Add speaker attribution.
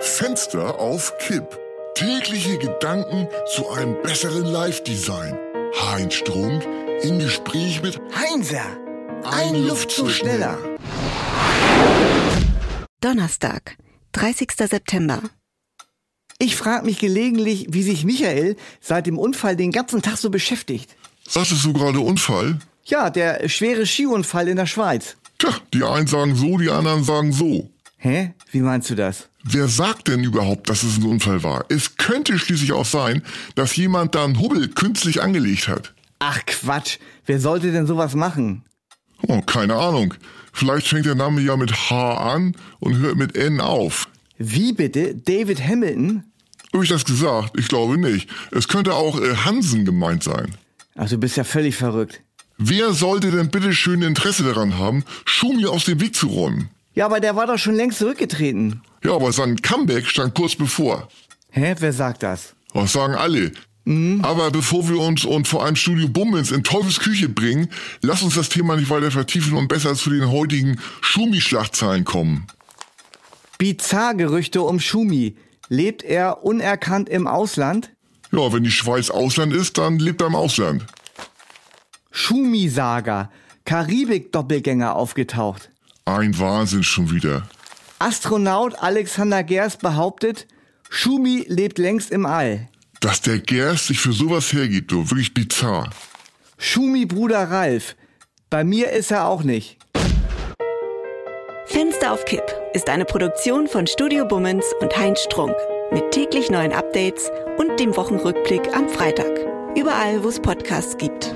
Speaker 1: Fenster auf Kipp. Tägliche Gedanken zu einem besseren Live-Design. Heinz Strunk im Gespräch mit
Speaker 2: Heinzer,
Speaker 1: Ein Luftzug schneller.
Speaker 3: Donnerstag, 30. September.
Speaker 2: Ich frage mich gelegentlich, wie sich Michael seit dem Unfall den ganzen Tag so beschäftigt.
Speaker 1: Sagtest du gerade Unfall?
Speaker 2: Ja, der schwere Skiunfall in der Schweiz.
Speaker 1: Tja, die einen sagen so, die anderen sagen so.
Speaker 2: Hä? Wie meinst du das?
Speaker 1: Wer sagt denn überhaupt, dass es ein Unfall war? Es könnte schließlich auch sein, dass jemand da einen Hubbel künstlich angelegt hat.
Speaker 2: Ach Quatsch, wer sollte denn sowas machen?
Speaker 1: Oh, keine Ahnung. Vielleicht fängt der Name ja mit H an und hört mit N auf.
Speaker 2: Wie bitte? David Hamilton?
Speaker 1: Habe ich das gesagt? Ich glaube nicht. Es könnte auch äh, Hansen gemeint sein.
Speaker 2: Ach, du bist ja völlig verrückt.
Speaker 1: Wer sollte denn bitte schön Interesse daran haben, Schumi aus dem Weg zu räumen?
Speaker 2: Ja, aber der war doch schon längst zurückgetreten.
Speaker 1: Ja, aber sein Comeback stand kurz bevor.
Speaker 2: Hä? Wer sagt das?
Speaker 1: Das sagen alle. Aber bevor wir uns und vor allem Studio Bummens in Teufels Küche bringen, lass uns das Thema nicht weiter vertiefen und besser zu den heutigen Schumi-Schlagzeilen kommen.
Speaker 2: Bizarrgerüchte um Schumi. Lebt er unerkannt im Ausland?
Speaker 1: Ja, wenn die Schweiz Ausland ist, dann lebt er im Ausland.
Speaker 2: Schumi-Saga. Karibik-Doppelgänger aufgetaucht.
Speaker 1: Ein Wahnsinn schon wieder.
Speaker 2: Astronaut Alexander Gers behauptet, Schumi lebt längst im All.
Speaker 1: Dass der Gerst sich für sowas hergibt, du, wirklich bizarr.
Speaker 2: Schumi-Bruder Ralf. Bei mir ist er auch nicht.
Speaker 3: Fenster auf Kipp ist eine Produktion von Studio Bummens und Heinz Strunk. Mit täglich neuen Updates und dem Wochenrückblick am Freitag. Überall, wo es Podcasts gibt.